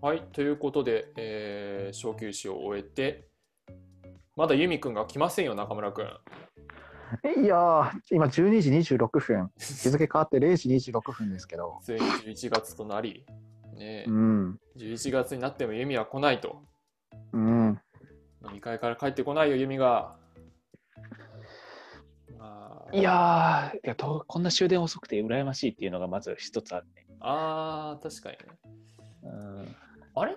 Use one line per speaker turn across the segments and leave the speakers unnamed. はい、ということで、えー小休止を終えて、まだユミ君が来ませんよ、中村君。
えいやー、今12時26分。日付変わって0時26分ですけ ど。
ついに11月となり、ねえ
うん。
11月になってもユミは来ないと。
うん。
飲み会から帰ってこないよ、ユミが。まあ
いやーいやとこんな終電遅くて羨ましいっていうのがまず一つあるね。
あー、確かにね。
うん、
あれ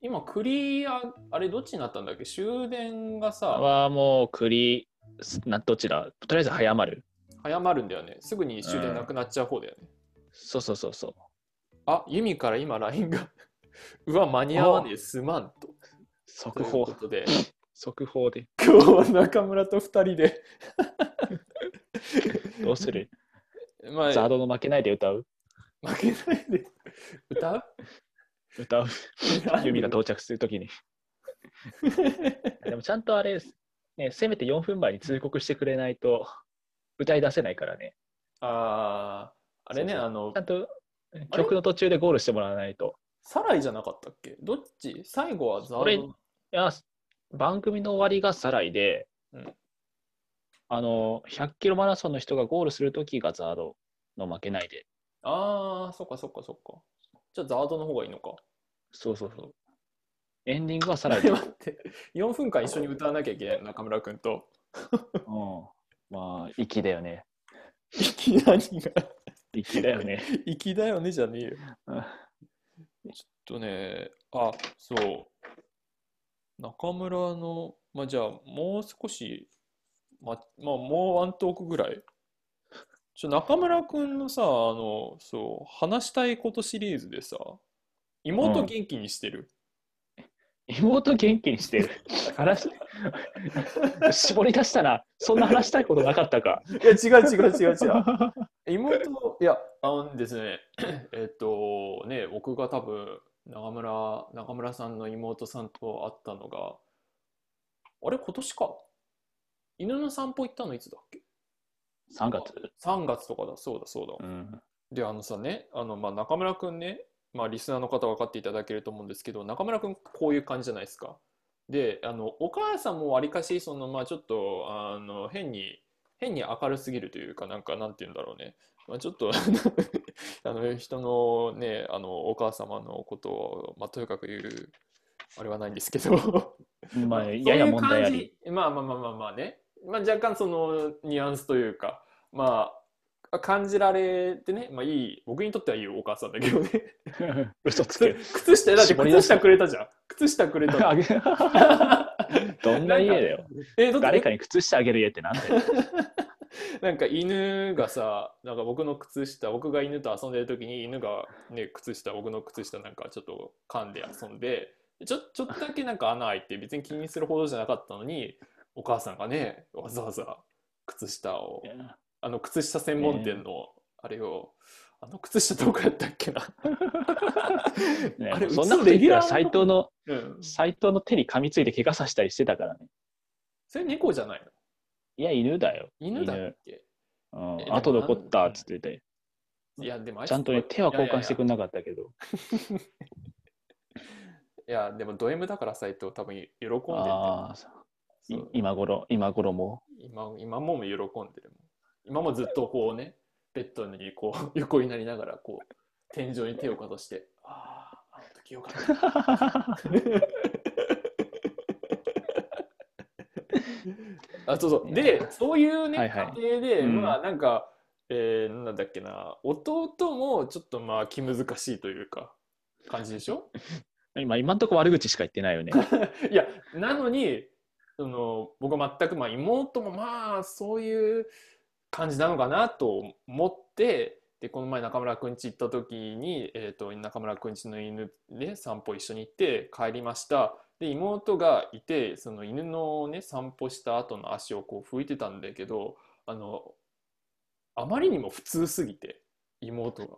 今、クリア、あれどっちになったんだっけ終電がさ、
はもう栗すなどちらとりあえず早まる。
早まるんだよね。すぐに終電なくなっちゃう方だよね。
そうそうそうそう。
あ、ユミから今 LINE が。 うわ、間に合わねえ、すまんと。と
速
いうこ
報
とで、
速報 で
今日は中村と2人で、
どうする？
ま
ザー
あ、
ドの負けないで歌う？
負けない で歌う
歌う。指が到着するときに。でもちゃんとあれ、ね、せめて4分前に通告してくれないと歌い出せないからね。
ああ、あれね、
そうそう
あの
ちゃ、んと曲の途中でゴールしてもらわないと。
サライじゃなかったっけどっち最後はザ
俺
ード。
いや番組の終わりがサライで、
うん
あの100キロマラソンの人がゴールするときがザードの負けないで。
ああ、そっかそっかそっか。じゃあザードの方がいいのか。
そうそうそう。エンディングはサラ イ
待
で。
って、4分間一緒に歌わなきゃいけないの、中村君と。
うんまあ、粋だよね。
息何が。
粋だよね。
粋だよねじゃねえ よ。
うん
えっとね、あ、そう。中村の、まあ、じゃあ、もう少し、ま、まあ、もうワントークぐらい。ちょ、中村くんのさ、あの、そう、話したいことシリーズでさ、妹
うん
元気にしてる。
妹元気にしてる。話絞り出したら、そんな話したいことなかったか。
いや、違う違う違う違う。妹、いや、あのですね、 えっと、ね、僕が多分、中村、中村さんの妹さんと会ったのが、あれ、今年か。犬の散歩行ったのいつだっけ
3月。
3月とかだ、そうだ、そうだ。
うん。
で、あのさね、あの、まあ、中村くんね、まあ、リスナーの方分かっていただけると思うんですけど、中村くん、こういう感じじゃないですか。で、あの、お母さんもわりかし、その、まあ、ちょっと、あの、変に、変に明るすぎるというか、なんか、なんて言うんだろうね。まあ、ちょっと、 あの、人のね、あの、お母様のことを、まあ、とにかく言う、あれはないんですけど。
まあ、やや問題あ
そ
り。
ういう感じまあまあまあまあまあね。まあ若干そのニュアンスというか、まあ、感じられてね、まあいい、僕にとってはいいお母さんだけどね。
嘘つけ
靴。靴下、だって
絞り出
靴
した
下くれたじゃん。靴下くれた
あ
の。
げ どんな家だよ。
え、だって
誰かに靴下あげる家ってなんだよ。
なんか犬がさ、なんか僕の靴下、僕が犬と遊んでる時に犬がね、靴下、僕の靴下なんかちょっと噛んで遊んで、ちょちょっとだけなんか穴開いて別に気にするほどじゃなかったのに、お母さんがね、わざわざ靴下をあの靴下専門店のあれを、あの靴下どこやったっけな。
ね
あれ
そんなこと言ったら斎藤の、
うん。
斎藤の手に噛みついて怪我させたりしてたからね。
それ猫じゃないの
いや、犬だよ。
犬だっけ
うん
え。
あと残ったっつってて、
いや、でもあいつ
ちゃんとね、手は交換してくれなかったけど。
いやいやいや、でもド M だから斎藤多分喜んでるんだよ
あ
ね
あ、そう
そ
いう今頃、今頃も。
今今も喜んでるもん。今もずっとこうね、ベッドにこう 横になりながらこう、天井に手をかざして、ああ、あの時よかった。あそうそうでそういうね、
はいはい
家庭で、
うん
まあなんか、えーなんだっけな弟もちょっとまあ気難しいというか感じでしょ
今、今んとこ悪口しか言ってない よね。
いやなのにその僕は全く、まあ、妹もまあそういう感じなのかなと思ってでこの前中村くんち行った時に、えー、と中村くんちの犬で散歩一緒に行って帰りましたで妹がいてその犬のね散歩した後の足をこう拭いてたんだけどあのあまりにも普通すぎて妹が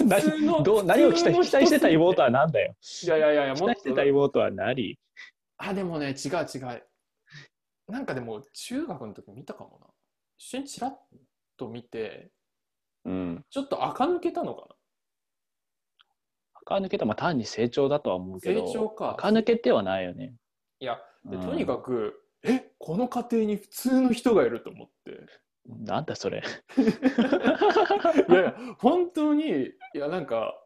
何
普通の
どう何を期待
普
期
通の人
待し
すぎ
てた妹は何だよ。
いやいやいやいや
期
もっ
待して
と
た妹は何
あ、でもね、違う違う。なんかでも、中学の時見たかもな。一瞬ちらっと見て、
うん。
ちょっと垢抜けたのか
垢抜けたまあ単に成長だとは思うけ
成
ど
長か
垢抜けてはないよね
いやで
うん
とにかく、えこの家庭に普通の人がいると思って
なんだそれ
いやいや本当にいやなんか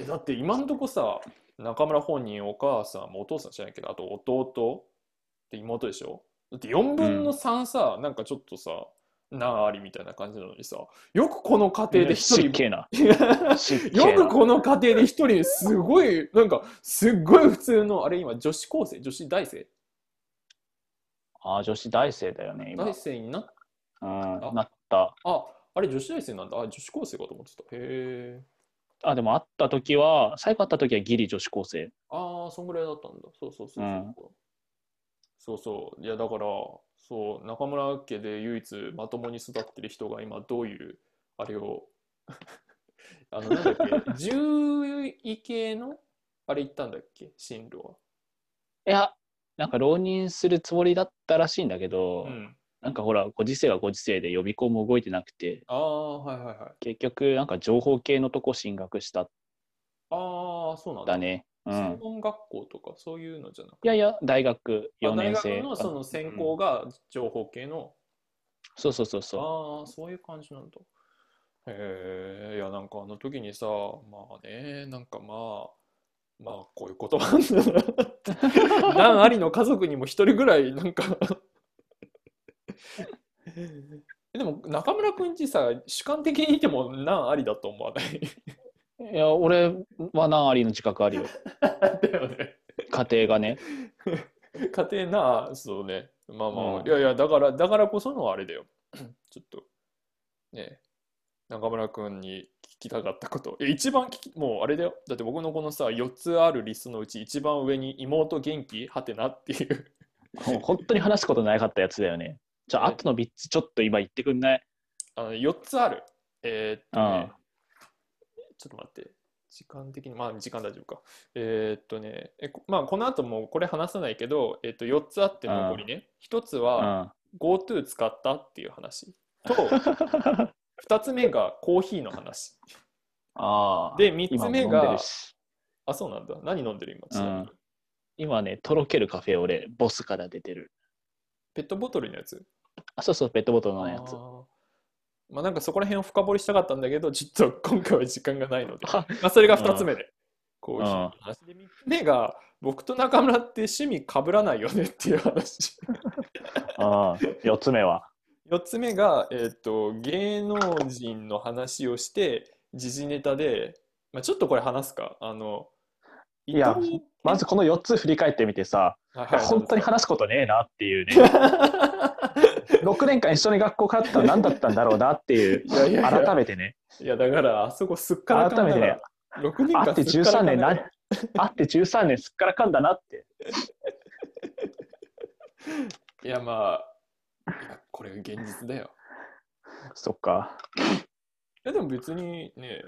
えだって今のとこさ中村本人お母さんもお父さんじゃないけどあと弟って妹でしょだって4分の3さ、なんかちょっとさなありみたいな感じなのにさよくこの家庭で一
失
人
敬な失敬 な
よくこの家庭で一人すごいなんかすっごい普通のあれ今女子高生女子大生
ああ女子大生だよね今
大生になっ
うん、なった
ああれ女子大生なんだあ女子高生かと思ってたへえ
あでも会った時は最後会った時はギリ女子高生
ああそんぐらいだったんだそうそうそうそう、
うん
そうそういやだからそう中村家で唯一まともに育ってる人が今どういうあれを あのなんだっけ 獣医系のあれ行ったんだっけ進路は、
いやなんか浪人するつもりだったらしいんだけど、
うん、
なんかほらご時世はご時世で予備校も動いてなくて
ああはいはいはい
結局なんか情報系のとこ進学したん
ああそうなんだ
だね、うん、
専門学校とかそういうのじゃなくて
いやいや大学4年
あ大
生
学のその専攻が情報系の、
そうそうそうそ
ああ、そういう感じなんだ。へえ、いや、なんかあの時にさ、まあね、なんかまあ、まあ、こういうことなん だな。なんありの家族にも一人ぐらい、なんかえ。でも、中村くんちさ、主観的にいても、なんありだと思わない
ういや俺は何ありの自覚あるよ
だよね。
家庭が ね
家庭なあ、そうね。まあまあ、
うん
いやいや、だから、だからこそのあれだよ。 ちょっと、ねえ、中村くんに聞きたかったこと。いや一番聞き、もうあれだよ。だって僕のこのさ、4つあるリストのうち一番上に妹元気はてなっていう。
もう本当に話すことなかったやつだよねじゃあ後の3つちょっと今言ってくんない
あの4つある。えーっとね、ちょっと待って。時間的に、まあ時間大丈夫か。えーっとね、えこまあこの後もこれ話さないけど、えーっと4つあって残りね。1つ
う
は、
ん
GoTo 使ったっていう話と2つ目がコーヒーの話
ああ
で3つ目が
し
あそうなんだ何飲んでる今ちなみに
うん今ねとろけるカフェオレボスから出てる
ペットボトルのやつ
あそうそうペットボトルのやつ
あーまあなんかそこら辺を深掘りしたかったんだけどちょっと今回は時間がないので
あ
まあそれが2つ目でコーヒー
うん
の話で3つ目が僕と中村って趣味かぶらないよねっていう 話
あ4つ目 は
4つ目が、えー、と芸能人の話をして時事ネタで、まあ、ちょっとこれ話すかあの
いや
伊藤
まずこの4つ振り返ってみてさ
はいはい
本当に話すことねえなっていう ね6年間一緒に学校通ったら何だったんだろうなっていう
いやいやいや
改めて ね
いやだからあそこすっからかん
改め
だ
て
か
ね
ら6年
あ
間
って
すっからか
13
んだ
年
から
なあって13年すっからかんだなって
いやまあいやこれが現実だよ
そっか
いやでも別にね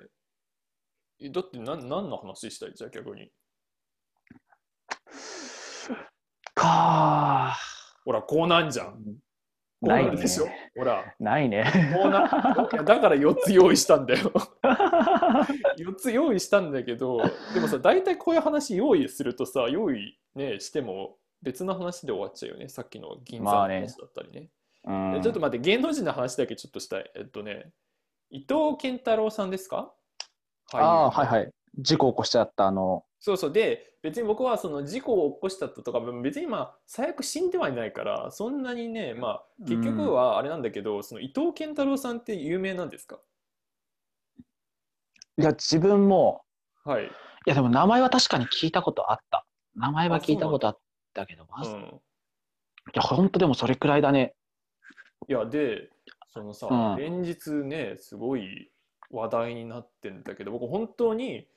えだって何何の話したいじゃあ逆に
か
ほらこうなんじゃんこう
ない
ん
ね
でしょ、ほら
ない ね
こうないやだから4つ用意したんだよ4つ用意したんだけどでもさ大体こういう話用意するとさ用意、ね、しても別の話で終わっちゃうよねさっきの銀座の
まあね
話だったりね,、
うん
えちょっと待って芸能人の話だけちょっとしたいえっとね伊藤健太郎さんですか俳優の
ああーはいはい事故起こしちゃったあの
そうそうで別に僕はその事故を起こしたとか別にまあ最悪死んではいないからそんなにねまあ結局はあれなんだけど、その伊藤健太郎さんって有名なんですか
いや自分も
はい、
いやでも名前は確かに聞いたことあった名前は聞いたことあったけどま
う
ず、い
ん、
や本当でもそれくらいだね
いやでそのさ、
うん
連日ねすごい話題になってんだけど僕本当に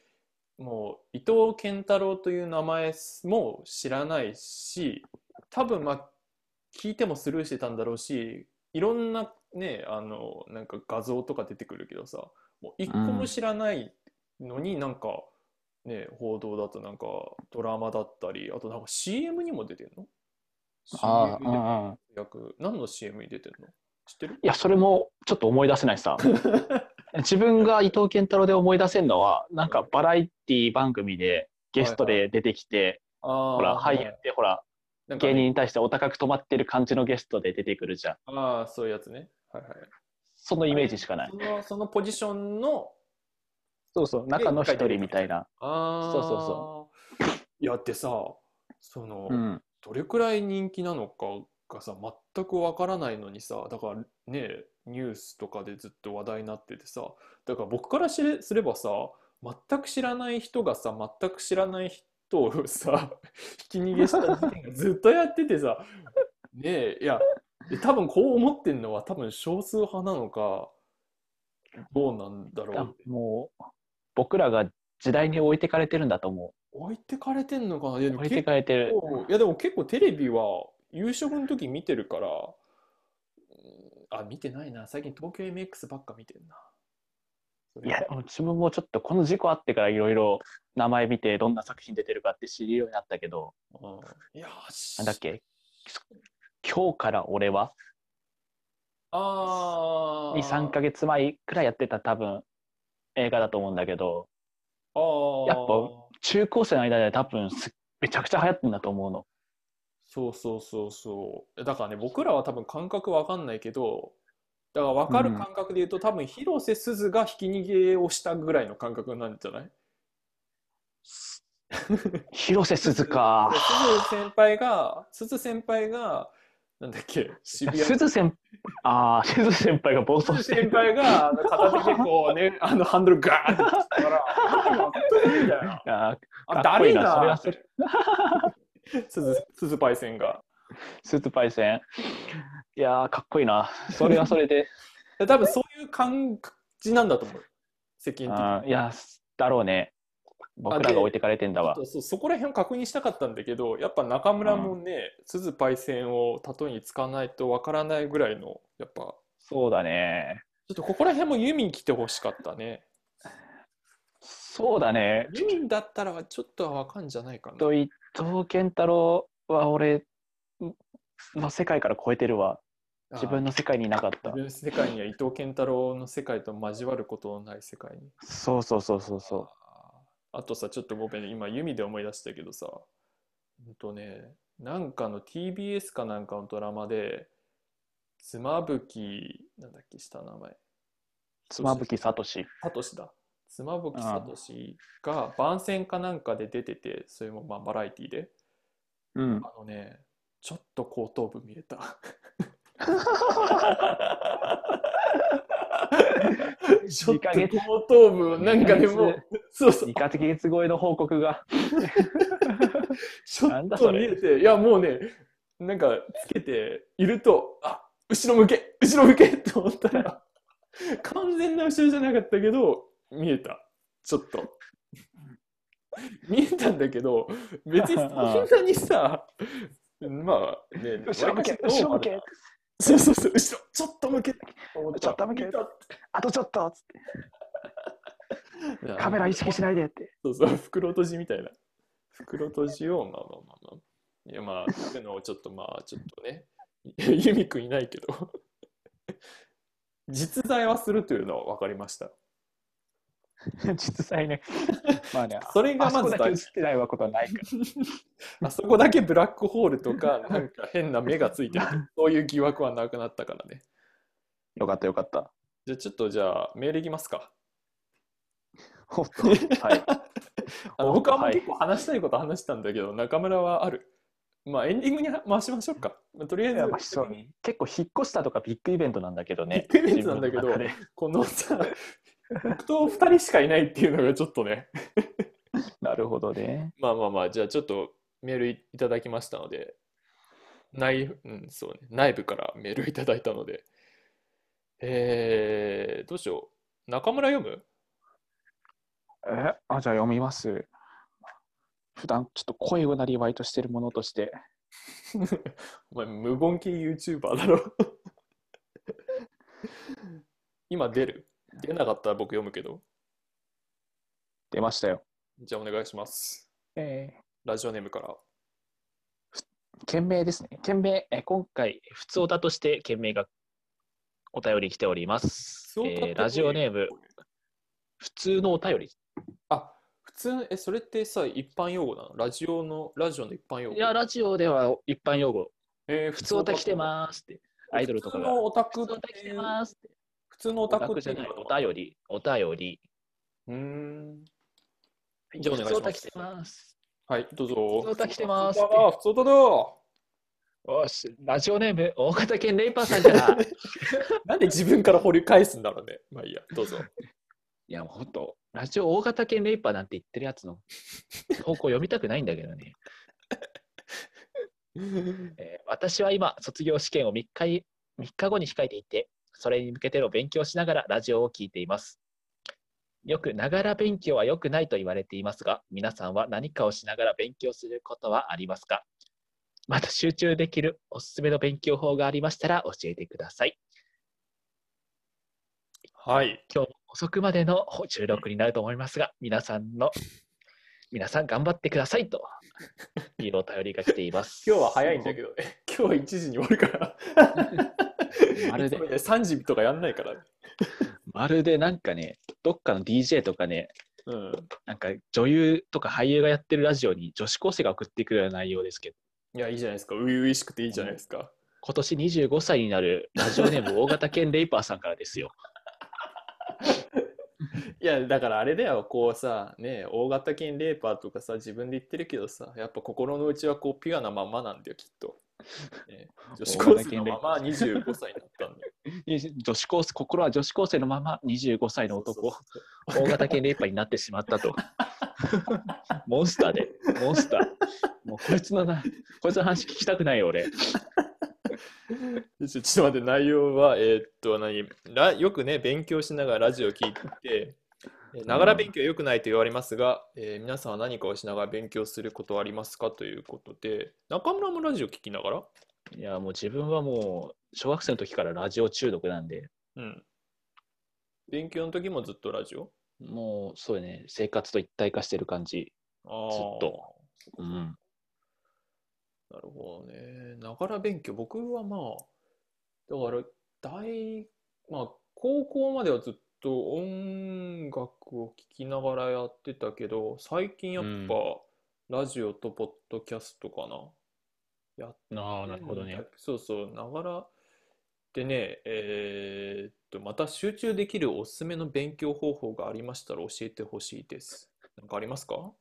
もう伊藤健太郎という名前も知らないし多分まあ聞いてもスルーしてたんだろうしいろんなねあのなんか画像とか出てくるけどさもう一個も知らないのになんか、ね報道だとなんかドラマだったりあとなんか CM にも出てんの CM
ああ
で
うんうん
役何の CM に出てんの知ってる
いやそれもちょっと思い出せないさ自分が伊藤健太郎で思い出せるのは、なんかバラエティ番組でゲストで出てきて、
ほ
ほら、俳優ってほら、
なんかね
芸人に対してお高く止まってる感じのゲストで出てくるじゃん。
ああ、そういうやつね。はいはい。
そのイメージしかない
そ。のそのポジションの、
そうそう、中の一人みたいな。
ああ、。
そうそうそう
やってさ、その、
うん。
どれくらい人気なのかがさ、全くわからないのにさ、だからね、ニュースとかでずっと話題になっててさ、だから僕からしれすればさ、全く知らない人がさ、全く知らない人をさ、 ひき逃げした事件がずっとやっててさ、ねえ、いや、で多分こう思ってんのは多分少数派なのか、どうなんだろう。
もう、僕らが時代に置いてかれてるんだと思
置いてかれてんのかないや
う。
でも
置い
結
てかれてる。
構いやでも結構テレビは夕食の時見てるからうんあ見てないな最近東京 MX ばっか見てんなそれ
いや、もう自分もちょっとこの事故あってからいろいろ名前見てどんな作品出てるかって知るようになったけど、
うんいやし
なんだっけ今日から俺は
あー
?2、3ヶ月前くらいやってた多分映画だと思うんだけど、
あー
やっぱ中高生の間で多分すめちゃくちゃ流行ってんだと思うの。
そうそうそうそうだからね僕らは多分感覚わかんないけどだから分かる感覚で言うと、多分広瀬すずがひき逃げをしたぐらいの感覚なんじゃない
広瀬すずか。
すず先輩が、すず先輩が、なんだっけ、渋谷
すず先ああ、すず先輩が暴走して
先
る。
輩があの片手でこうね、あのハンドルガーって切ったから、あれいいんだよ
あ
あ、
ーかっこ
誰
いいな。それは
だ
それ
すず、すずパイセンが。
スーツパイセン。いやー、かっこいいな。それはそ れで。
で多分そういう感じなんだと思う。責任的に
あーいや、だろうね。僕らが置いてかれてんだわ
そう。そうそこら辺を確認したかったんだけどやっぱ中村もね、すずパイセンを例えに使わないとわからないぐらいのやっぱちょ
そうだね。
っとここら辺もユミン来てほしかったね
そうだね。
ユミンだったらはちょっとはわかんじゃないかな
と伊藤健太郎は俺の世界から超えてるわ。自分の世界にいなかっ
自
た
分。の世界には伊藤健太郎の世界と交わることのない世界に
そうそうそうそうそ
あとさちょっとごめん今弓で思い出したけどさほんとねなんかの TBS かなんかのドラマで妻夫木なんだっけ下の名前
う。妻夫木聡。
サトシだ妻夫木聡が番宣かなんかで出ててそれもまあバラエティで
うん。
あのねちょっと後頭部見えたちょっ
二ヶ月
と後頭部なんかでも
二
う
ヶ
そうそう
2か月超えの報告 が。
ちょ
なん
っ
だ
と
そ
見
れ
えていやもうねなんかつけているとあ後ろ向け後ろ向け と思ったら完全な後ろじゃなかったけど見えたちょっと見えたんだけど別にそんなに さまあね
後ろ向け、
わりかし
後ろ向け、
そうそうそう、後ろ、ちょっと向け。ち
ちょっと向けあとちょっとつってカメラ意識しないでって。
そうそう、袋閉じみたいな。袋閉じを、まあまあまあまあ。いや、まあ、聞くのをちょっと、まあ、ちょっとね。 ユミくんいないけど。実在はするというのは分かりました。
実際ね。 まあね、
それが
あそ
ま
こ
ず
だけ映ってないわことはないか
あそこだけブラックホールとか、なんか変な目がついてる。そういう疑惑はなくなったからね。
ら。よかったよかった。
じゃあ、ちょっと、じゃあ、メールいきますか。
はい。
あの僕はもう
はい
結構話したいこと話したんだけど、中村はある。まあ、エンディングに回しましょうか。まあとりあえず、
まあそう結構引っ越したとかビッグイベントなんだけどね。
ビッグイベントなんだけど
自分の中で
このさ、僕と2人しかいないっていうのがちょっとね。
なるほどね。
まあまあまあ、じゃあちょっとメールいただきましたので、内,、うんそうね、内部からメールいただいたので、えー、どうしよう。中村読む
えあじゃあ読みます。普段ちょっと声をなりわいとしてるものとして。
お前、無言系 YouTuber だろ。今出る出なかったら僕読むけど。
出ましたよ。
じゃあお願いします。
え
ラジオネームから。
ー、件名ですね。件名、えー今回、普通オタとして件名が
お便り来ております。
そう
えーラジオネーム、普通のお便り。
あ普通えそれってさ一般用語なのラジオのラジオの一般用語
いや、ラジオでは一般用語、
えー
普通おた来てますって、アイドルとかが
普通、のオタ
普
ク
通おた来てますって、
普通のオ
オタ
タク
ク
っ
じ
て
ゃ
うの
ない、
か
お便り、お便り、
うーん
普
じゃあお願いします
通おた来てます。
はいどうぞ
普通おた来てます
普通だ普通だど
おし、ラジオネーム、大型犬レイパーさんから。い
なんで自分から掘り返すんだろうねまあいいやどうぞ
や、もうほんと、ラジオ大型犬レイパーなんて言ってるやつの投稿読みたくないんだけどね。えー私は今、卒業試験を3日い3日後に控えていて、それに向けての勉強をしながらラジオを聞いています。よく、ながら勉強は良くないと言われていますが、皆さんは何かをしながら勉強することはありますかまた集中できるおすすめの勉強法がありましたら教えてください。
はい
今日も遅くまでの収録になると思いますが、皆さんの、皆さん頑張ってくださ いというお便りが来ています。
今日は早いんだけどね 今日は1時に終わるから
ま るで
いつもね3時とかやんないからね
まるでなんかね、どっかの DJ とかね、
うん
なんか女優とか俳優がやってるラジオに女子高生が送ってくるような内容ですけど、
いやいいじゃないですか初々しくていいじゃないですか
今年25歳になるラジオネー ム大型犬レイパーさんからですよ。
いやだからあれだよこうさね大型犬レーパーとかさ自分で言ってるけどさやっぱ心の内はこうピュアなままなんだよきっと、 ね、女子高生のまま25歳になったんだよ
女子高生心は女子高生のまま25歳 の男、
そう
大型犬レイパーになってしまったと。 モンスターで、モンスター。もうこいつのな、こいつの話聞きたくないよ、俺。
そうそうちょっと待って内容はえーっと何ラよくね勉強しながらラジオ聞いてえながら勉強は良くないと言われますが、えー皆さんは何かをしながら勉強することはありますかということで中村もラジオ聞きながら
いや、もう自分はもう、小学生の時からラジオ中毒なんで、
うん勉強の時もずっとラジオ
もう、そうね、生活と一体化してる感じ。
ずっと
ずっとうん。
なるほどね。ながら勉強、僕はまあ、だから、大、まあ、高校まではずっと音楽を聴きながらやってたけど、最近やっぱ、ラジオとポッドキャストかな。やっ
ああ、
て
なるほど
んだ
ね。
そうそう、ながらでね、えーっと、また集中できるおすすめの勉強方法がありましたら教えてほしいです。なんかありますか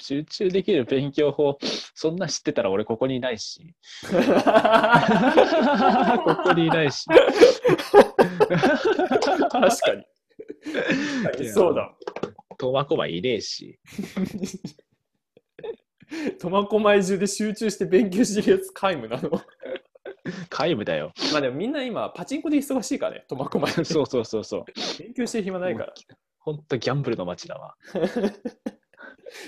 集中できる勉強法、そんな知ってたら俺ここにいない し。ここにいないし。
確かに。確かに そうだ。
苫小牧いねえし。
苫小牧中で集中して勉強してるやつ皆無なの
皆無だよ。
まあでもみんな今パチンコで忙しいからね苫小牧で
そうそうそうそう。
勉強してる暇ないから
ほんとギャンブルの街だわ。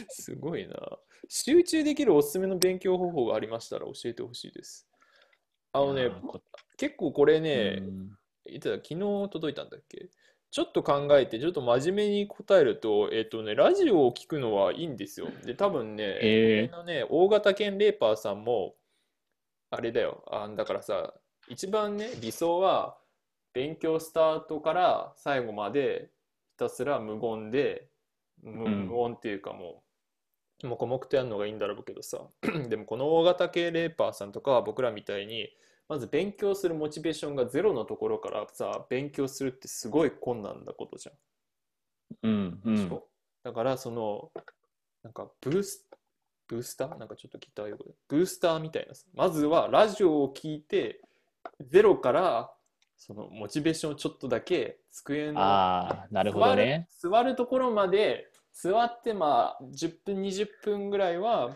すごいな集中できるおすすめの勉強方法がありましたら教えてほしいですあのね
うんこ
結構これね
うん
いつだ昨日届いたんだっけちょっと考えてちょっと真面目に答えるとえっ、とねラジオを聞くのはいいんですよで多分ね、
え
このね、大型犬レーパーさんも、あれだよ、あだからさ、一番ね、理想は、勉強スタートから最後まで、ひたすら無言で、無
うん
無音っていうかもう、黙々とやるのがいいんだろうけどさ、 でもこの大型犬レーパーさんとかは僕らみたいに、まず勉強するモチベーションがゼロのところからさ、勉強するってすごい困難なことじゃん。
ーうんう
でし
ん、
ょだからそのなんかブースブースターなんかちょっと聞いたよブースターみたいなさまずはラジオを聞いてゼロからそのモチベーションをちょっとだけ机の
ああなるほどね。
座る座るところまで座ってまあ10分20分ぐらいは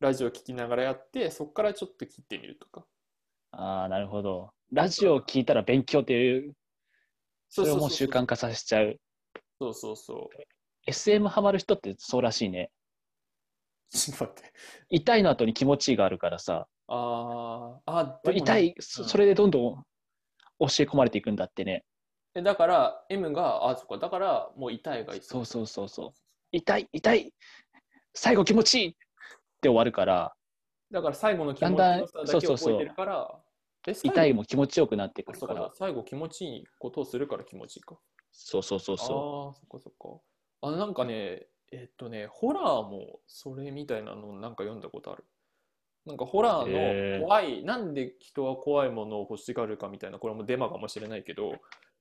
ラジオ聞きながらやってそこからちょっと切ってみるとか
ああなるほど。ラジオを聞いたら勉強っていうそれをもう習慣化させちゃう。
そうそうそう
SM ハマる人ってそうらしいね。
ちょっと待って
痛いの後に気持ちいいがあるからさ
あーあでもね
痛いそ
うん
それでどんどん教え込まれていくんだってね。
えだから M があそっかだからもう痛いがいい
そうそうそうそう。痛い痛い最後気持ちいいって終わるから
だから最後の気持ち
だんだん
のさだけ
そう
を
そうそう
覚えてるからえ最後
痛いも気持ちよくなってくる
そ
か。
うから最後気持ちいいことをするから気持ちいいか。
そうそうそうそ
ああ、そっかそっか。あ、なんかね、えっとね、ホラーもそれみたいなのなんか読んだことある。なんかホラー
へー
の怖い、なんで人は怖いものを欲しがるかみたいな、これもデマかもしれないけど、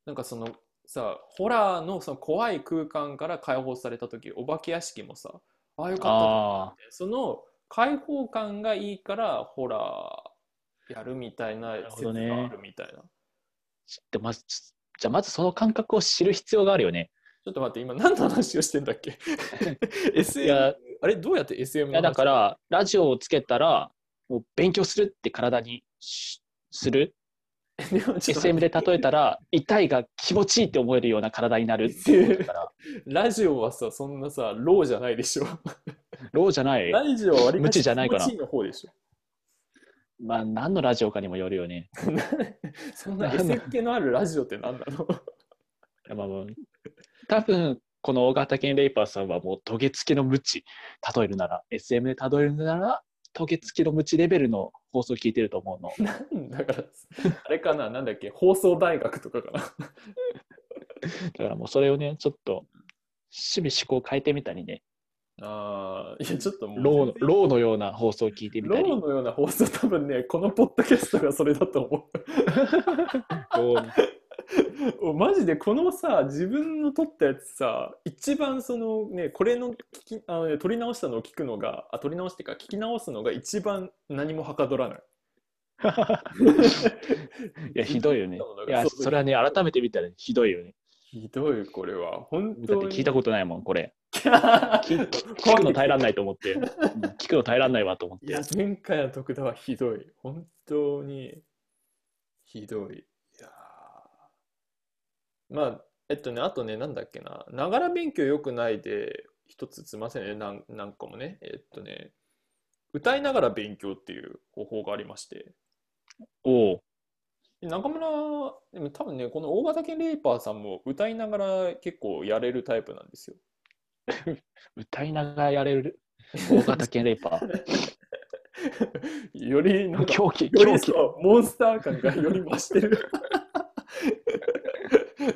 なんかそのさ、ホラーのその怖い空間から解放された時、お化け屋敷もさ、ああよ
う。
かったな
ああ。
その開放感がいいからホラーやるみたいな
ほ
説が
どね
あるみたいな。
でまずじゃあまずその感覚を知る必要があるよね。
ちょっと待って、今何の話をしてんだっ け
い
?SM
や、
あれどうやって SM の
いや
話
だからラジオをつけたらもう勉強するって体にしする。
でもち ょっと待
SM
って
で例えたら痛いが気持ちいいって思えるような体になるっていうこと だから。
ラジオはさ、そんなさ、ローじゃないでしょ。
ローじゃない。
ラジオは割り
無知じゃないから
気持ちの方でしょ。
まあ何のラジオかにもよるよね。
そんな SM 系のあるラジオって何なの
まあまあ多分この大型犬レイパーさんはもうトゲ付きの無知例えるなら SM で例えるならトゲ付きの無知レベルの放送聞いてると思うの。
なんだから、あれかな、なんだっけ、放送大学とかかな。
だからもうそれをね、ちょっと、趣味思考変えてみたりね、
ああ、いや、ちょっともう。
ローのローのような放送を聞いてみ
ロ
たり、
ーのような放送多分ねこのポッドキャストがそれだと思
ロー
うおマジでこのさ自分の撮ったやつさ一番そのねこれの聞きあの、ね、撮り直したのを聞くのがあ撮り直してか聞き直すのが一番何もはかどらない
いや、ひどい よね
そうだ。
い
から
や、
そうそう
それはね、改めて見たらひどいよね。
ひどいこれは本
だっ
当
て
に
聞いたことないもん、これ。
と
聞聞くの耐えらんないと思 って、うん聞くの耐えらんないわと思っ
い
て
や。前回の徳田はひどい本当にひどいいやーまあえっとねあとねなんだっけなながら勉強よくないで一つすいませんねなんなんかもねえっとね歌いながら勉強っていう方法がありまして
おう
中村でも多分ねこの大型犬レイパーさんも歌いながら結構やれるタイプなんですよ
歌いながらやれ る大型犬レイパー。
より なんか
狂気、
より
狂気。
そうモンスター感がより増して る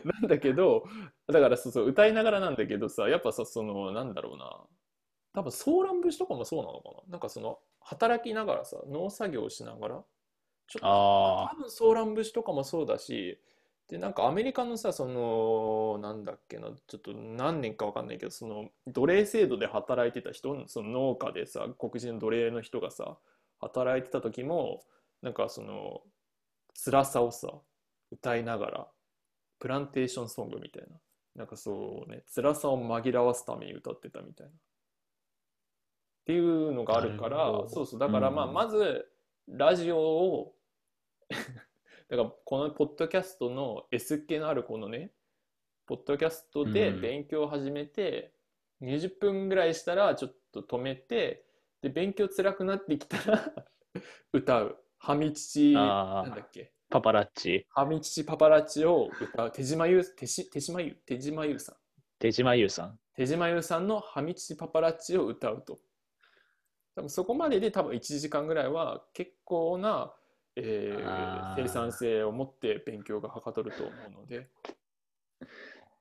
なんだけどだからそうそう歌いながらなんだけどさやっぱさそのなんだろうな多分ソーラン節とかもそうなのかななんかその働きながらさ農作業をしながらちょっと
あ
多分ソーラン節とかもそうだしでなんかアメリカのさそのなんだっけなちょっと何年かわかんないけどその奴隷制度で働いてた人その農家でさ黒人の奴隷の人がさ働いてた時もなんかその辛さをさ歌いながらプランテーションソングみたいななんかそうね辛さを紛らわすために歌ってたみたいなっていうのがあるか
な
ら
るほど
そうそうだからまあ
うん
まずラジオをだからこのポッドキャストの S 系のあるこのねポッドキャストで
うん
勉強を始めて、20分ぐらいしたらちょっと止めてで勉強辛くなってきたら 歌う「ハミチチ」
あ
なんだ
ー、
っけ
パパラッチ、
ハミチチパパラッチを歌う手島優手し手島優手島優さん
手島優さん。
手島優さんの「ハミチチパパラッチ」を歌うと多分そこまでで多分1時間ぐらいは結構な、えー
あー
生産性を持って勉強がはかどると思うので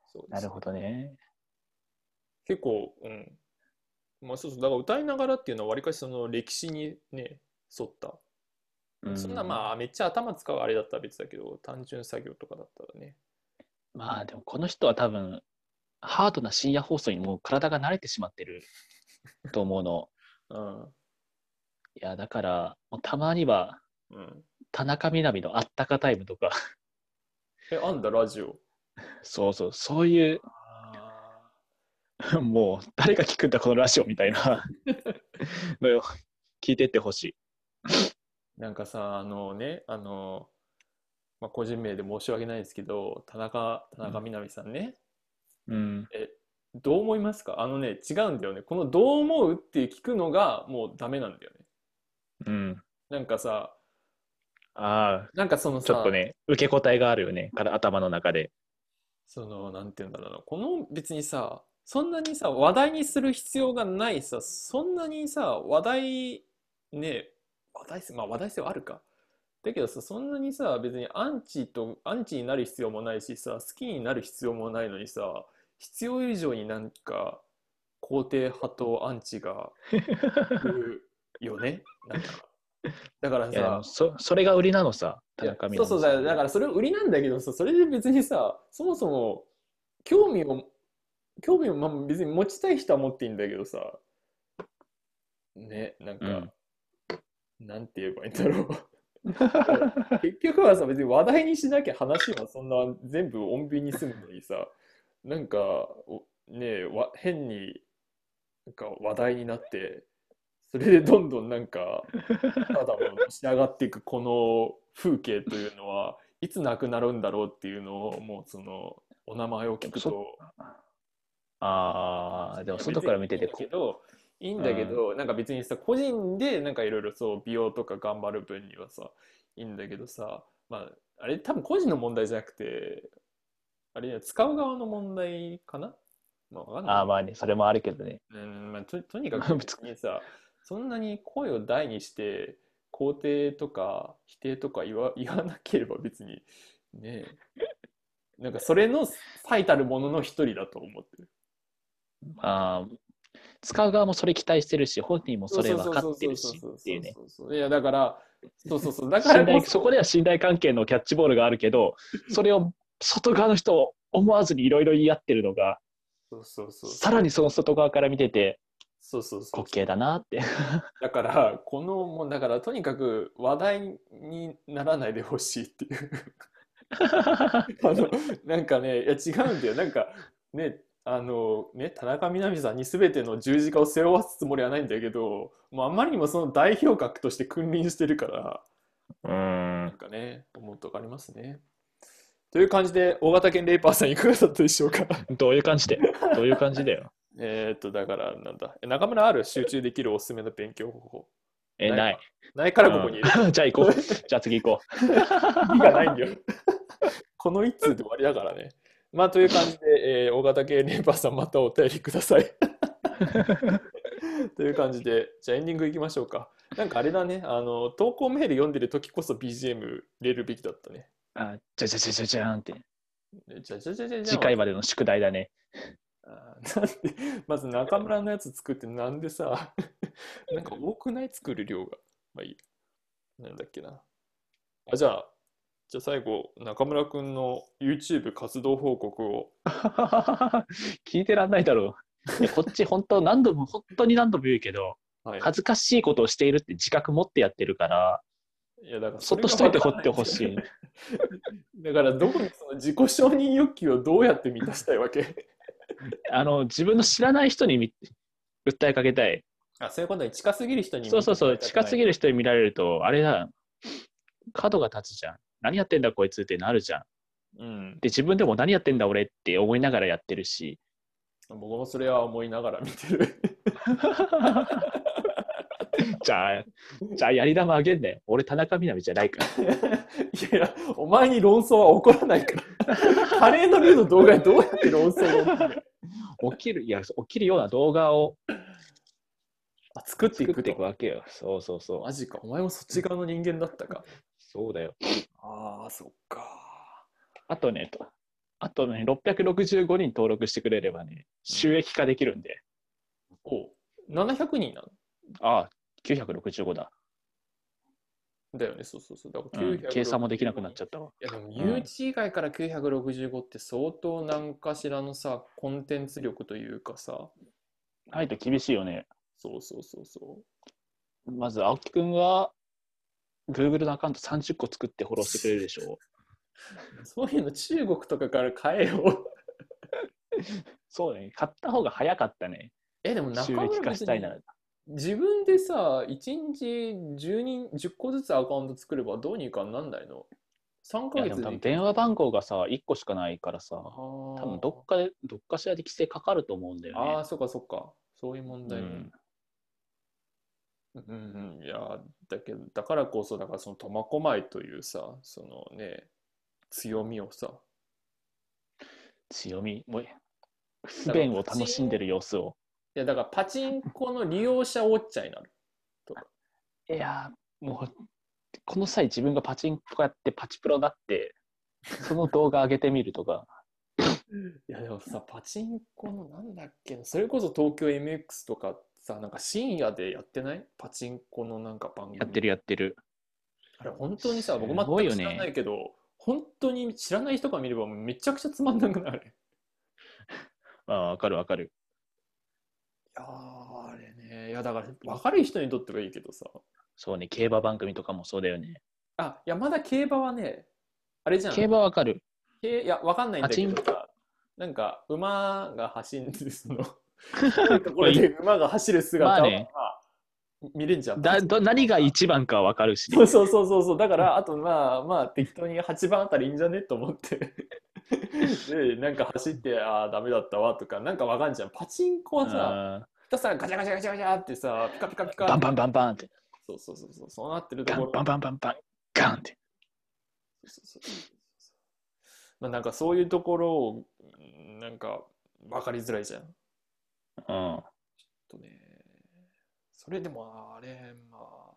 そうで
な
す
るほどね。
結構うんまあそうそうだから歌いながらっていうのはわりかしその歴史にね沿ったそんな
あ
まあめっちゃ頭使うあれだったら別だけど単純作業とかだったらね
まあでもこの人は多分ハードな深夜放送にもう体が慣れてしまってると思うの。
うん
いやだからもうたまには
うん
田中みな実のあったかタイムとか
えあんだラジオ
そうそうそういう
あ
もう誰が聞くんだこのラジオみた いなのよ聞いてってほしい。
なんかさあのねあの、まあ、個人名で申し訳ないですけど田中田中みな実さんね、
うん、
どう思いますかあのね違うんだよねこの「どう思う?」って聞くのがもうダメなんだよね
うん、
なんかさ
ああ
なんかそのさ
ちょっとね受け答えがあるよねから頭の 中で。
そのなんて言うんだろうなこの別にさそんなにさ話題にする必要がないさそんなにさ話題ね話題性まあ話題性はあるかだけどさ、そんなにさ、別にアンチと、アンチになる必要もないしさ、好きになる必要もないのにさ、必要以上になんか、肯定派とアンチがいるよね。なんか。だから
いやで
さ
も、そそれが売りなのさ、
い
田
や
中みな
そ
実
うそう
さ
だよ
ん
だからそれ売りなんだけどさそれで別にさそもそも興味を興味をまあ別に持ちたい人は持っていいんだけどさねなんか、なんて言えばいいんだろう結局はさ別に話題にしなきゃ話はそんな全部穏便に済むのにさなんかおねえわ変になんか話題になってそれでどんどんなんかただもの仕上がっていくこの風景というのはいつなくなるんだろうっていうのをもうそのお名前を聞くと
ああ、でも外から見て
いい
て
んだ
こ
けどいいんだけど、なんか別にさ個人でなんかいろいろそう美容とか頑張る分にはさいいんだけどさまああれ多分個人の問題じゃなくてあれ使う側の問題かなまあわかんない
ああまあね、それもあるけどね。
うんまあ、ととにかく別にさそんなに声を大にして肯定とか否定とか言わ 言わなければ別にねえなんかそれの最たるものの一人だと思ってる
あー使う側もそれ期待してるし、本人もそれ分かってるしっていうね。
そうそうそうそうそういやだからそうそうそうだから
信
こ
頼
そ
そこでは信頼関係のキャッチボールがあるけ ど、それを外側の人を思わずにいろいろ言い合ってるのが、
そうそうそう
さらにその外側から見てて、
そうそうそう
滑稽だなって。
だからこのもうだからとにかく話題にならないでほしいっていう。あのなんかねいや違うんだよなんかねあのね田中みな実さんに全ての十字架を背負わすつもりはないんだけどもうあまりにもその代表格として君臨してるから
うん
なんかね思うとこありますね。という感じで大型犬レイパーさんいかがだったでしょうか
どういう感 じでどういう感じだよ。
えーっとだからなんだえ中村ある集中できるおすすめの勉強方法
え、
ない
ない。
ないからここにいる
うんじゃあ行 こう。じゃあ次行こ う。
意味がないんだよ。この一通で終わりだからね。まあという感じで、えー大型系レンパーさんまたお便りくだ さい。という感じで、じゃあエンディングいきましょうか。なんかあれだね、あの投稿メール読んでる時こそ BGM 入れるべきだったね。
あじゃじゃじゃじゃじゃーんって。
じゃあじゃあじゃあじゃあじゃあ
次回までの宿題だね。
あーなんでまず中村のやつ作ってなんでさ、 なんか多くない作る量が。まあいいや。なんだっけな。あ、じゃあ、じゃあ最後、中村くんの YouTube 活動報告を。
聞いてらんないだろう。いやこっち本当何度も、本当に何度も言うけど、
はい。
恥ずかしいことをしているって自覚持ってやってるから、
いやだから
そっ
れ
と
が
しといて
わ
掘
か
っ
ん
て
な
ほ
んです
し
よ
い
ね。だからどこにその自己承認欲求をどうやって満たしたいわけ
あの、自分の知らない人にみ訴えかけたい。
あそういうことに近すぎる人に
そうそうそう、近すぎ
る。
る人に見られると、あれだ、角が立つじゃん。何やってんだこいつってなるじゃん。
うん。
で、自分でも何やってんだ俺って思いながらやって るし。
僕もそれは思いながら見てる。
じゃあ、じゃあやり玉あげんね。俺田中みな実じゃないか
い
ら。
やいや、お前に論争は起こらない から。カレーのルーの動画でどうやって論争を起こる
起きる、いや、起きるような動画を
あ作ってい
作っ
く
て
と
いくわけよ。そうそうそう。
マジか、お前もそっち側の人間だったか。
そうだよ。
ああ、そっか。
あとね、とあとね、665人登録してくれればね、収益化できるんで。
お700人なの
ああ、965だ。
だよね、そうそうそう。だから
うん
965
計算もできなくなっちゃったわ。
いやでも
ん
誘致以外から965って相当何かしらのさコンテンツ力というかさ
ないと厳しいよね。
そうそうそうそ
まず、青木くんは、Google のアカウント30個作ってフォローしてくれるでしょ。
うそういうの中国とかから買えよ
そうだね。買った方が早かったね。
えでも 中
収
村
益化
別
したいな
に
ら。
自分でさ1日10人10個ずつアカウント作ればどうにかなんないの ?3
い
ヶ
や、で
月で
も多分
いける
電話番号がさ、1個しかないからさ、
あ
多
ー
分どっかで、どっかしらで規制かかると思うんだよ
あ
ね
あ。そっかそっかそういう問
う
題ね、
ん、
うんうん、いやだけどだからこそだからその苫小牧というさそのね強みをさ
強み、もう不便を楽しんでる様子を。
いやだからパチンコの利用者ウォッチャーになる。
いやー、もう、
この際自分がパチンコやってパチプロになって、その動画上げてみるとか、
いやでもさ、パチンコのなんだっけな、それこそ東京 MX とかさ、なんか深夜でやってないパチンコのなんか番組。
やってるやってる。
あれ本当にさ、僕
すごい
全
よ
く
ね
知らないけど、本当に知らない人が見ればもうめちゃくちゃつまんなくなる。
ああ、わかるわかる。
いやーあれね、いやだから分かる人にとってはいいけどさ。
そうね、競馬番組とかもそうだよね。
あ、いやまだ競馬はね、あれじゃん。
競馬わかる。
けいや、わかんないんだけど
パ
さ、なんか、馬が走る、その、 なんかこれで馬が走る姿
ま
が
あね
見れんじゃん。
だど何が一番かわかるし、
そうそうそうそうそう、だから、あとまあまあ、適当に8番あたりいいんじゃねと思って。で、なんか走って、ああ、ダメだったわとか、なんかわかんじゃん。パチンコはさ、
あ
ひたすらガチャガチャガチャガチャってさ、ピカピカピ
あ
カ。
バンバンバンバンって、
そうそうそうそう、そうなってると
ガ
こ
ン
ろ。
バンバンバンバン、ガンって。
そうそうそうそうまあ、なんかそういうところを、うんなんか、わかりづらいじゃん。
うん。
とね、それでもあれ、まあ、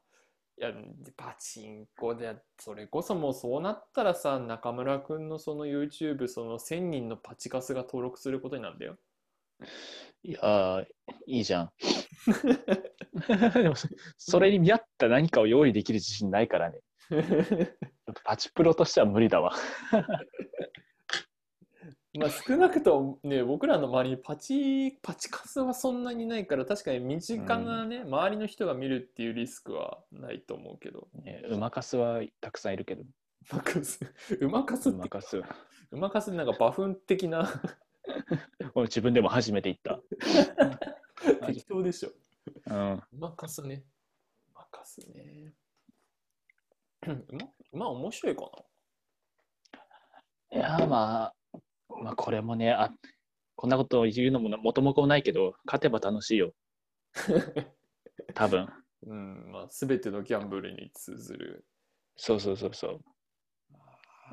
いや、パチンコで、それこそもうそうなったらさ、中村くんのその YouTube、その1000人のパチカスが登録することになるんだ よ。
いやーいいじゃん。 でもそそれに見合った何かを用意できる自信ないからね。パチプロとしては無理だわ。
まあ少なくともね、僕らの周りにパチ、パチカスはそんなにないから、確かに身近なね、周りの人が見るっていうリスクはないと思うけど、
ねうまかすはたくさんいるけど、
うまかす、うまかす
う
って
ま、 かすは。
うまかすってなんかバフン的 な
俺自分でも初めて行っ
適当でしょ。
た。うん。
うまかすね。うまかすね。 うんうま、うま面白いか
いやーまあ、まあこれもねあこんなことを言うのも元も子もないけど勝てば楽しいよ多分
な。 うん、まあ、すべてのギャンブルに通ずる。
そうそうそうそう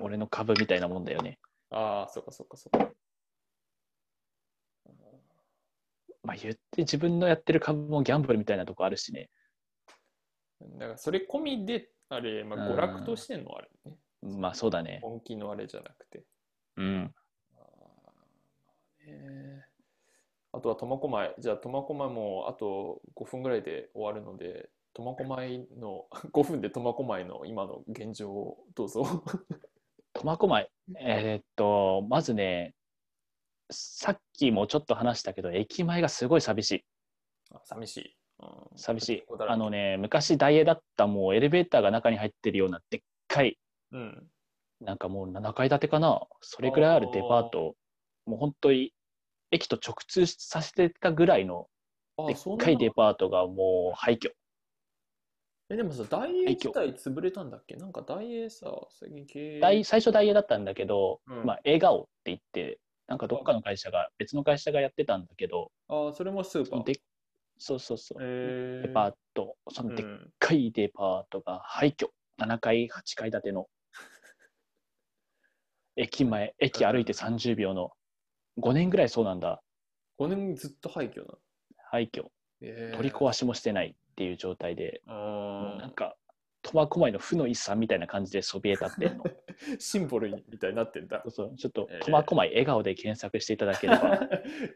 俺の株みたいなもんだよね
ああ、そっかそっかそっか。
まあ言って自分のやってる株もギャンブルみたいなとこあるしね
だから、それ込みで、あれ、まあ、
うん
娯楽としてのあれね。
まあそうだね
本気のあれじゃなくて。
うん
あーまあねあとは苫小牧。じゃあ、苫小牧もあと5分ぐらいで終わるので、苫小牧の、5分 で苫小牧の今の現状をどうぞ。
苫小牧えーっとまずねさっきもちょっと話したけど駅前がすごい寂しい
あ寂しい。うん
寂しい
ここだらけ
あのね昔ダイエーだったもうエレベーターが中に入ってるようなでっかい
うん。
なんかもう7階建てかな、それくらいあるデパート、もう本当に駅と直通させてたぐらいの
あ
で
そ
っ
ん
か
ない
デパートがもう廃墟。
え、でもさ、ダイエー
廃
自
墟
体潰れたんだっけなんかダイエーさ、最近経営。
大最初、ダイエーだったんだけど、
うん
まあ、笑顔って言って、なんかどっかの会社が、別の会社がやってたんだけど、
あ、それもスーパー。
でそうそうそう、
え
デパ
ー
ート、そのでっ
うん
かいデパートが廃墟、7階、8階建 ての、駅前、駅歩いて30秒の、5年ぐらいそうなんだ、
5年ずっと廃墟な。
廃墟。
えー
取り壊しもしてないっていう状態で、もうな
あ
んか苫小牧の負の遺産みたいな感じでそびえ立って んの
ーシンボルみたいになってんだ
そ。うそうちょっと
えー
苫小牧笑顔で検索していただければ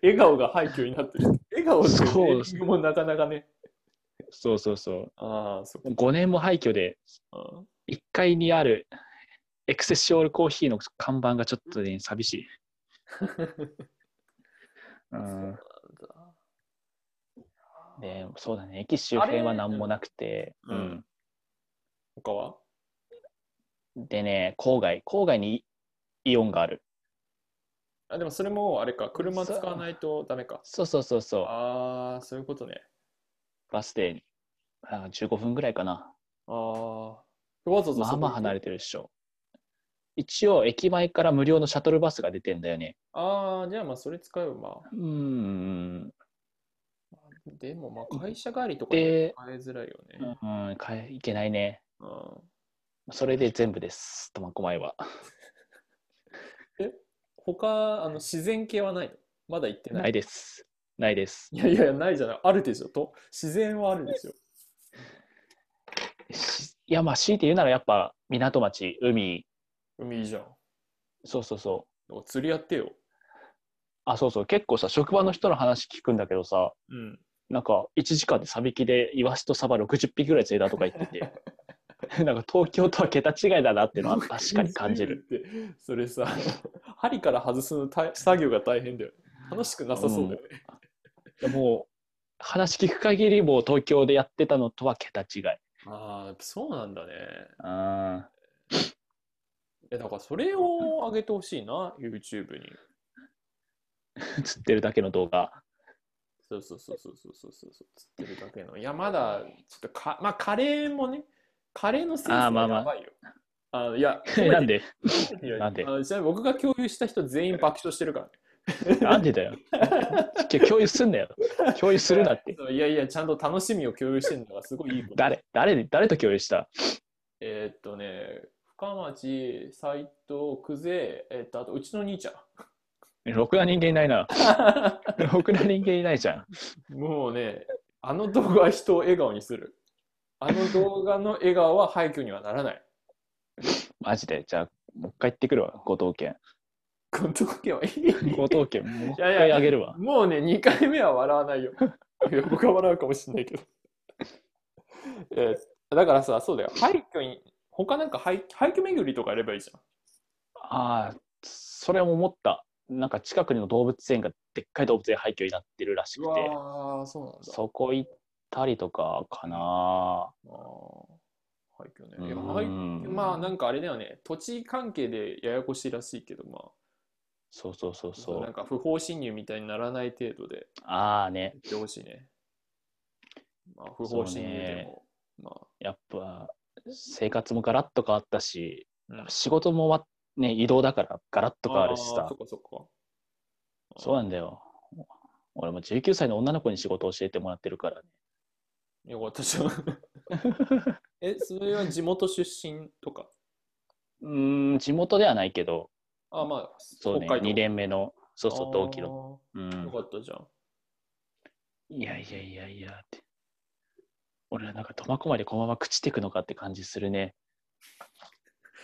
笑顔が廃墟になってる。笑顔って
そう
ネーミングもなかなかね。
そうそうそ
ああ、そっ
う5年も廃墟で
か。
1階にあるエクセシオールコーヒーの看板がちょっと、ね、寂しい、う
そうなん
ん、
だ
でそうだね駅周辺は何もなくて、
あれうん他は
うんでね郊外郊外にイイオンがある
あ、でもそれもあれか、車使わないとダメか。
そうそうそうそう
ああ、そういうことね。
バスであ15分ぐらいかな
ああ。わざわざ
まあまあ離れ
て。
てるっしょ。一応、駅前から無料のシャトルバスが出てんだよね。
ああ、じゃあまあそれ使えばまあ。
うーん。
でもまあ会社帰りとか
で、
変えづらいよ
う
ね。
ん、かいけないね。
うん
それで全部です、苫小牧は。
他、あの自然系はないのまだ行ってない。
ないです。ないです。
いやいやいや、ないじゃない。あるでしょ。と自然はあるでしょ。
しいや、まあ、強いて言うならやっぱ港町、海、
海いいじゃん。
そうそうそう。
お釣りやってよ。
あ、そうそう。結構さ、職場の人の話聞くんだけどさ、
うん。
なんか1時間でサビキでイワシとサバ60匹ぐらい釣れたとか言って て、なんか東京とは桁違いだなっていうのは確かに感じる。
って。それさ、 針から外すのた作業が大変だよ。楽しくなさそうだよね。
いやもう、話聞く限りもう東京でやってたのとは桁違い。
ああ、やっぱそうなんだね。
あ
え、だからそれを上げてほしいな、YouTube に。
ー釣ってるだけの動画。
そうそうそうそうそうそうそう釣ってるだけの。いや、まだ、ちょっとか、まあ、カレーもね、カレーのセンスが
あ
や
ーまあまあ
ばいよ。あのいや、
なんで
な
なんで
ちなみに僕が共有した人全員爆笑してるからね。
なんでだ よ。いや共有すんなよ。共有するなって。
そういやいや、ちゃんと楽しみを共有してるのがすごいいいこと。
誰誰に誰と共有した
えーっとね、深町、斎藤、久世、えーっと、あとうちの兄ちゃん。
ろくな人間いない な。ろくな人間いないじゃん。
もうね、あの動画は人を笑顔にする。あの動画の笑顔は廃墟にはならない。
マジで。じゃあ、もう一回行ってくるわ、五島県。
この時はいい。
五島県、もう一
いやい
回
や
あげるわ。
もうね、2回目は笑わない よ。いや僕は笑うかもしれないけど。えーだからさ、そうだよ。廃墟に、他なんか廃廃墟巡りとかやればいいじゃん。
ああ、それも思った。なんか近くの動物園がでっかい動物園廃墟になってるらしくて、
わー、そうなん
そこ行ったりとかか
あ
な。
ー廃墟ね。いや廃
うん
まあなんかあれだよね、土地関係でややこしいらしいけど、まあ、
そうそうそうそ
なん
う。
か不法侵入みたいにならない程度で
ああね
や、ってほしいね。まあ不法侵入でも、まあ、
やっぱ生活もガラッと変わったし、
うん
仕事もわ、ね、移動だからガラッと変わるし
あー
さ
そ。っかそっか。
そうなんだよ。俺も19歳の女の子に仕事を教えてもらってるからね。
よかったじゃん。 え、それは地元出身とか。
うーん、地元ではないけど、
あ、まあ、
そうね、
北海道
2年目の、そうそう、同期の。
の。
う
あーよ
ん
か、ったじゃん。
いやいやいやいやって。俺はなんか苫小牧でこのまま朽ちていくのかって感じす るね。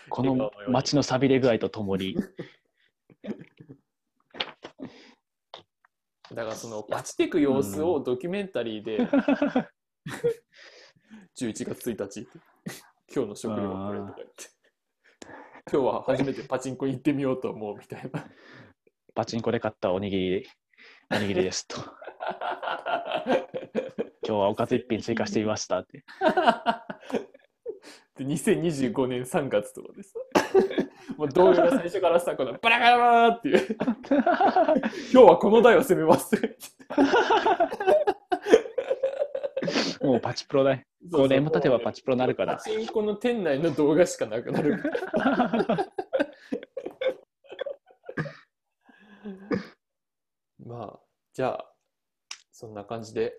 こ
笑顔
の
のように
街のさびれ具合とともに。
だからその、パチテク様子をドキュメンタリーで、11月1日、今日の食料はこれとか言って、今日は初めてパチンコに行ってみようと思うみたいな。
パチンコで買ったおにぎり、おにぎりで すと。今日はおかず一品追加してみました って。
で2025年3月とかです。もう同僚が最初からさ、このバラバラバラっていう、今日はこの台を攻めますって。
もうパチプロだね。5年も経てばパチプロになるか
パ
ら。
チンコの店内の動画しかなくなる。 まあ、じゃあ、そんな感じで、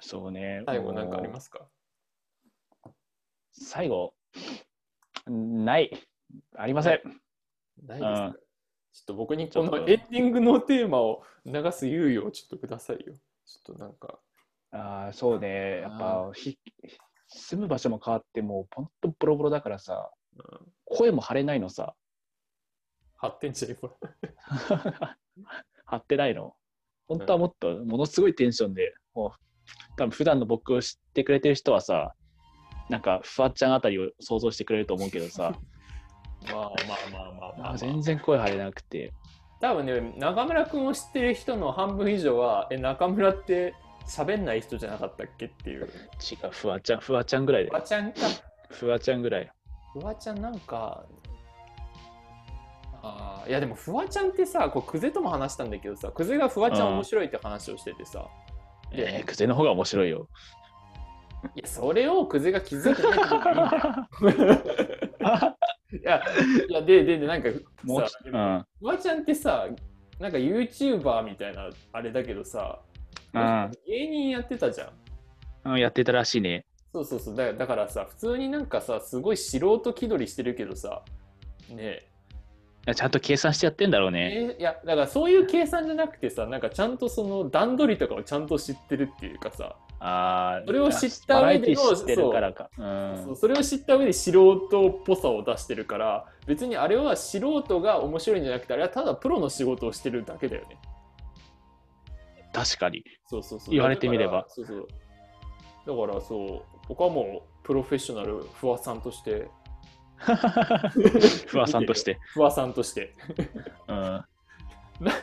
そうね。
最後なんかありますすか
最後、ない。ありません。
ないですか、
うん
ちょっと僕にこ
ちょっ
の
と
エンディングのテーマを流す猶予をちょっとくださいよ。ちょっとなんか、
ああ、そうね。やっ
あ
ぱ、ひ住む場所も変わって、もう、ほんとボロボロだからさ、
うん、
声も張れないのさ。
発展者今。
張ってないの。本当はもっと、ものすごいテンションで、もう、多分普段の僕を知ってくれてる人はさ、なんか、フワちゃんあたりを想像してくれると思うけどさ、
まあまあまあ まあまあ、ま
あ
あ。
ー全然声張れなくて、
多分ね、中村君を知ってる人の半分以上は、え、中村って喋んない人じゃなかったっけっていう。
違う、フワちゃん、フワちゃんぐらい
フ
で
ワ、ちゃんか。
フワちゃんぐらい。
フワちゃんなんかあーいやでもフワちゃんってさこうクゼとも話したんだけどさクゼがフワちゃん面白いって話をしててさ、
えー、クゼの方が面白 いよ。
いやそれをクゼが気づいてないってこと がいいんだよいやいやでででなんかさ
もうちょ、うん。
フワちゃんってさなんか YouTuber みたいなあれだけどさ
うん
芸人やってたじゃん
うん、やってたらしいね。
そうそうそうだだからさ普通になんかさすごい素人気取りしてるけどさねえ
いやちゃんと計算してやってんだろうね。
えーいやだからそういう計算じゃなくてさなんかちゃんとその段取りとかをちゃんと知ってるっていうかさ
あー
それを知った上での
バラエティ知ってるからか。うん
そうそれを知った上で素人っぽさを出してるから別にあれは素人が面白いんじゃなくてあれはただプロの仕事をしてるだけだよね
確 かに。
そうそうそう
言われてみれば
だからそうそうだからそう僕はもうプロフェッショナル不破さんとして
不破さんとして。
不破さんとして
うん、
な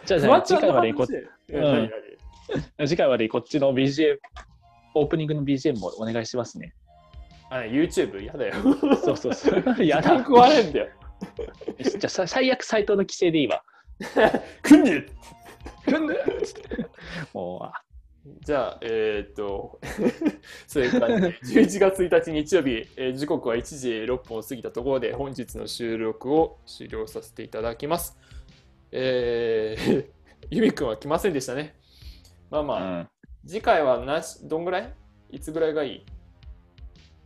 じゃあじ
不
ゃあ
破ちゃ
次
んの
回ま
話
でにこ
で
ん
何々
次回までにこっちの BGM、オープニングの BGM もお願いしますね。
あ YouTube やだよ
そうそ うそう。やだ。
何食われんだよ
じゃあさ最悪斎藤の規制でいいわ。
来んね
もうあ
じゃあ、えーっと、 そういう感じで、11月1日日曜日、えー時刻は1時6分を過ぎたところで、本日の収録を終了させていただきます。えー、 ゆみくんは来ませんでしたね。まあまあ、
うん
次回はなし、どんぐらいいつぐらいがいい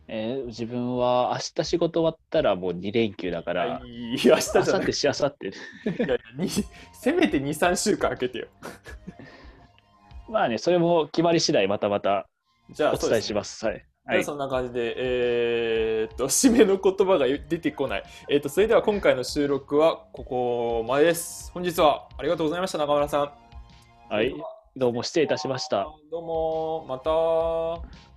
えー自分は明日仕事終わったらもう2連休だから、
いい明日じゃ
明
なく
後
て
日し明後日、
せめて2、3週間空けてよ。
まあね、それも決まり次第またまた
じゃあ、。
お伝えしますす。はい。
で
はい
そんな感じで、えーっと、締めの言葉が出てこない。えーっと、それでは今回の収録はここまでです。本日はありがとうございました、中村さん。
はい、どうも失礼いたしました。
どうも、また。